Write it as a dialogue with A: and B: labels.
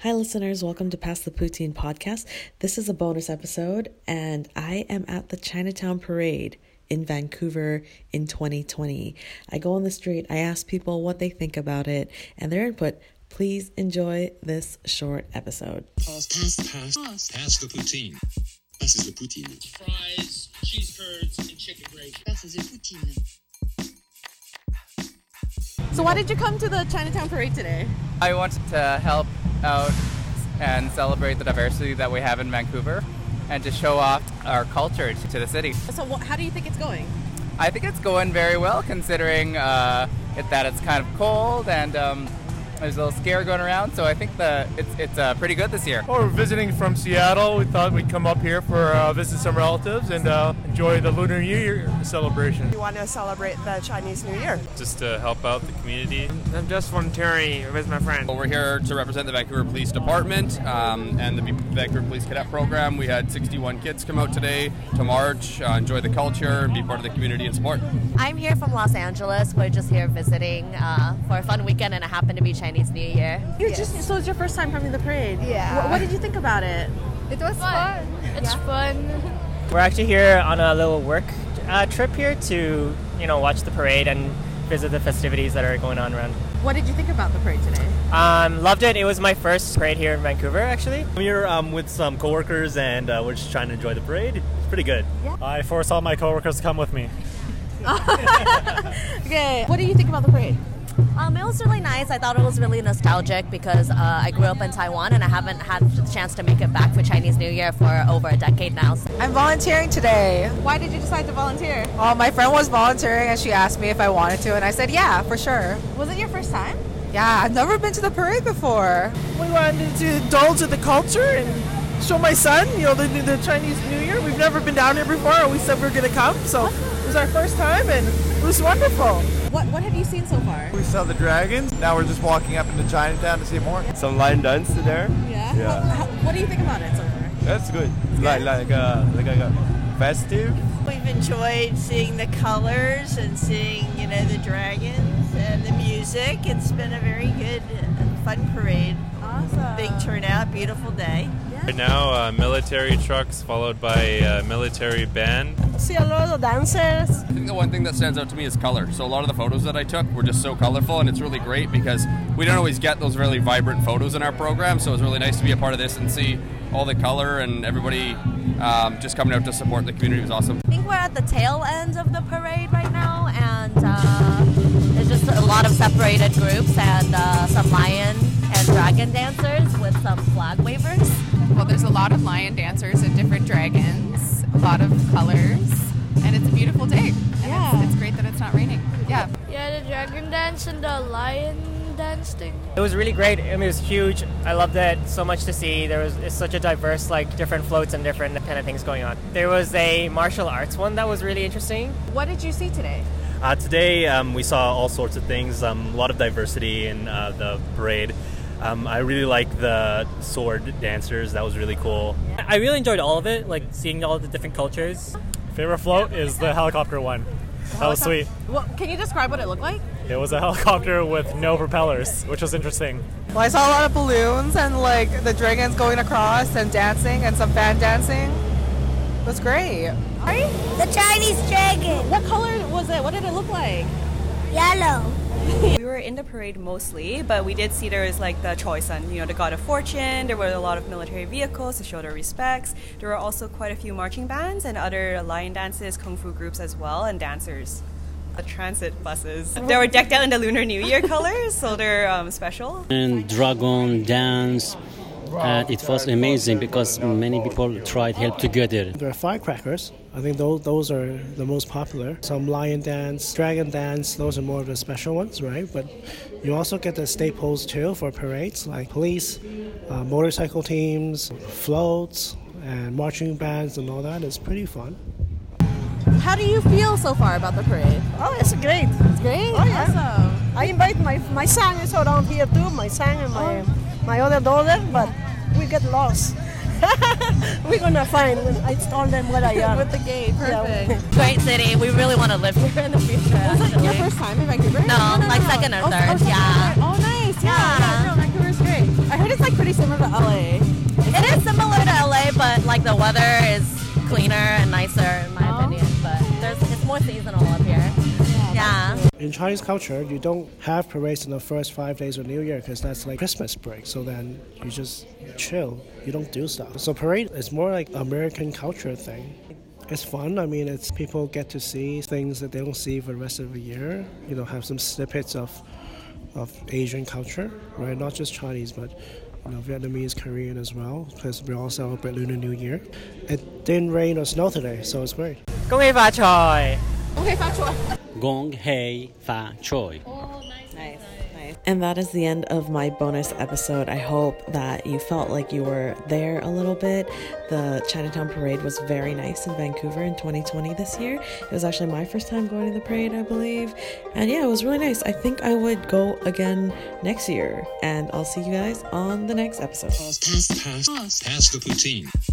A: Hi, listeners. Welcome to Pass the Poutine podcast. This is a bonus episode, and I am at the Chinatown Parade in Vancouver in 2020. I go on the street, I ask people what they think about it and their input. Please enjoy this short episode.
B: Pass, pass, pass, pass, pass the poutine. Passes the poutine.
C: fries, cheese curds, and chicken gravy.
D: Passes the poutine.
E: So why did you come to the Chinatown parade today?
F: I wanted to help out and celebrate the diversity that we have in Vancouver and to show off our culture to the city.
E: So wh- how do you think it's going?
F: I think it's going very well considering uh, it, that it's kind of cold and um, there's a little scare going around, so I think the, it's, it's uh, pretty good this year.
G: Well, we're visiting from Seattle. We thought we'd come up here for uh, visit some relatives and uh, enjoy the Lunar New Year celebration.
H: We want to celebrate the Chinese New Year.
G: Just to help out the community.
I: I'm just volunteering with my friend.
J: We're here to represent the Vancouver Police Department um, and the Vancouver Police Cadet Program. We had 61 kids come out today to march, uh, enjoy the culture, be part of the community and support.
K: I'm here from Los Angeles. We're just here visiting uh, for a fun weekend, and it happened to be Chinese New Year.
E: You just so it's your first time coming to the parade.
H: Yeah.
E: Wh- What, did you think about it?
K: It was fun. It's fun.
I: We're actually here on a little work uh, trip here to, you know, watch the parade and visit the festivities that are going on around.
E: What did you think about the parade today?
I: Um, loved it. It was my first parade here in Vancouver, actually.
G: I'm here um, with some coworkers and uh, we're just trying to enjoy the parade. It's pretty good. I force all my coworkers to come with me.
E: Okay. What do you think about the parade?
K: Um, it was really nice. I thought it was really nostalgic because uh, I grew up in Taiwan, and I haven't had the chance to make it back for Chinese New Year for over a decade now. So
H: I'm volunteering today.
E: Why did you decide to volunteer?
H: Uh, my friend was volunteering and she asked me if I wanted to, and I said, yeah, for sure.
E: Was it your first time?
H: Yeah, I've never been to the parade before.
I: We wanted to indulge in the culture and show my son, you know, the, the Chinese New Year. We've never been down here before. We said we are going to come, so it was our first time and it was wonderful.
E: What What have you seen so far?
G: We saw the dragons. Now we're just walking up into Chinatown to see more.
J: Some line dance there.
E: Yeah.
J: Yeah.
E: How- how- what do you think about it so far?
J: That's good. Like like uh, like a festive.
D: We've enjoyed seeing the colors and seeing, you know, the dragons and the music. It's been a very good, uh, fun parade.
E: Awesome.
D: Big turnout, beautiful day.
G: Right now, uh, military trucks followed by uh, military band.
H: See a lot of dancers.
J: I think the one thing that stands out to me is color. So a lot of the photos that I took were just so colorful, and it's really great because we don't always get those really vibrant photos in our program. So it's really nice to be a part of this and see all the color and everybody um, just coming out to support the community was awesome.
K: I think we're at the tail end of the parade right now, and uh, there's just a lot of separated groups and uh, some lion and dragon dancers with some flag wavers.
E: Well, there's a lot of lion dancers and different dragons, a lot of colors, and it's a beautiful day. yeah. It's, great that it's not raining. Yeah.
K: Yeah, the dragon dance and the lion dance thing.
I: It was really great. I mean, it was huge. I loved it so much to see. There was it's such a diverse, like different floats and different kind of things going on. There was a martial arts one that was really interesting.
E: What did you see today?
G: Uh, today um, we saw all sorts of things, um, a lot of diversity in uh, the parade. Um, I really like the sword dancers, that was really cool.
I: I really enjoyed all of it, like seeing all the different cultures.
G: Favorite float is the helicopter one. That was sweet.
E: What, can you describe what it looked like?
G: It was a helicopter with no propellers, which was interesting.
H: Well, I saw a lot of balloons and like the dragons going across and dancing and some fan dancing. It was great.
K: The Chinese dragon,
E: What color was it? What did it look like?
K: yellow.
D: We were in the parade mostly, but we did see there was like the Choi Sun, you know, the god of fortune. There were a lot of military vehicles to show their respects. There were also quite a few marching bands and other lion dances, kung fu groups as well, and dancers. The transit buses. They were decked out in the Lunar New Year colors, so they're um, special.
L: and dragon dance. And it was amazing because many people tried help together. There are firecrackers. I think those, those are the most popular. Some lion dance, dragon dance, those are more of the special ones, right? But you also get the staples too for parades like police, uh, motorcycle teams, floats, and marching bands and all that. It's pretty fun.
E: How do you feel so far about the parade?
H: Oh, it's great.
E: It's great. Oh, yeah. Awesome.
H: I invite my my son is around here too, my son and my my other daughter, but we get lost. We're gonna find when I told them where I am.
E: With the gate, perfect.
K: Great city. We really want to live here in the future.
E: Was it your
K: actually.
E: first time in Vancouver?
K: No, like second or
E: Oh,
K: third,
E: oh, second or
K: yeah.
E: third. Oh, nice. Yeah.
K: Yeah.
E: yeah. No, Vancouver's great. I heard it's like pretty similar to LA.
K: It is similar to LA, but like the weather is cleaner and nicer in my opinion. But there's it's more seasonal up here. Yeah.
I: In Chinese culture, you don't have parades in the first five days of New Year because that's like Christmas break. So then you just chill. You don't do stuff. So parade is more like American culture thing. It's fun. I mean, it's people get to see things that they don't see for the rest of the year. You know, have some snippets of of Asian culture, right? Not just Chinese, but you know, Vietnamese, Korean as well, because we all celebrate Lunar New Year. It didn't rain or snow today, so it's great.
M: Công nghệ và trời.
N: Okay, Fat Choi.
I: Gong Hei Fa Choi.
A: And that is the end of my bonus episode. I hope that you felt like you were there a little bit. The Chinatown Parade was very nice in Vancouver in 2020 this year. It was actually my first time going to the parade, I believe. And yeah, it was really nice. I think I would go again next year. And I'll see you guys on the next episode.
B: Pass, pass, pass the poutine.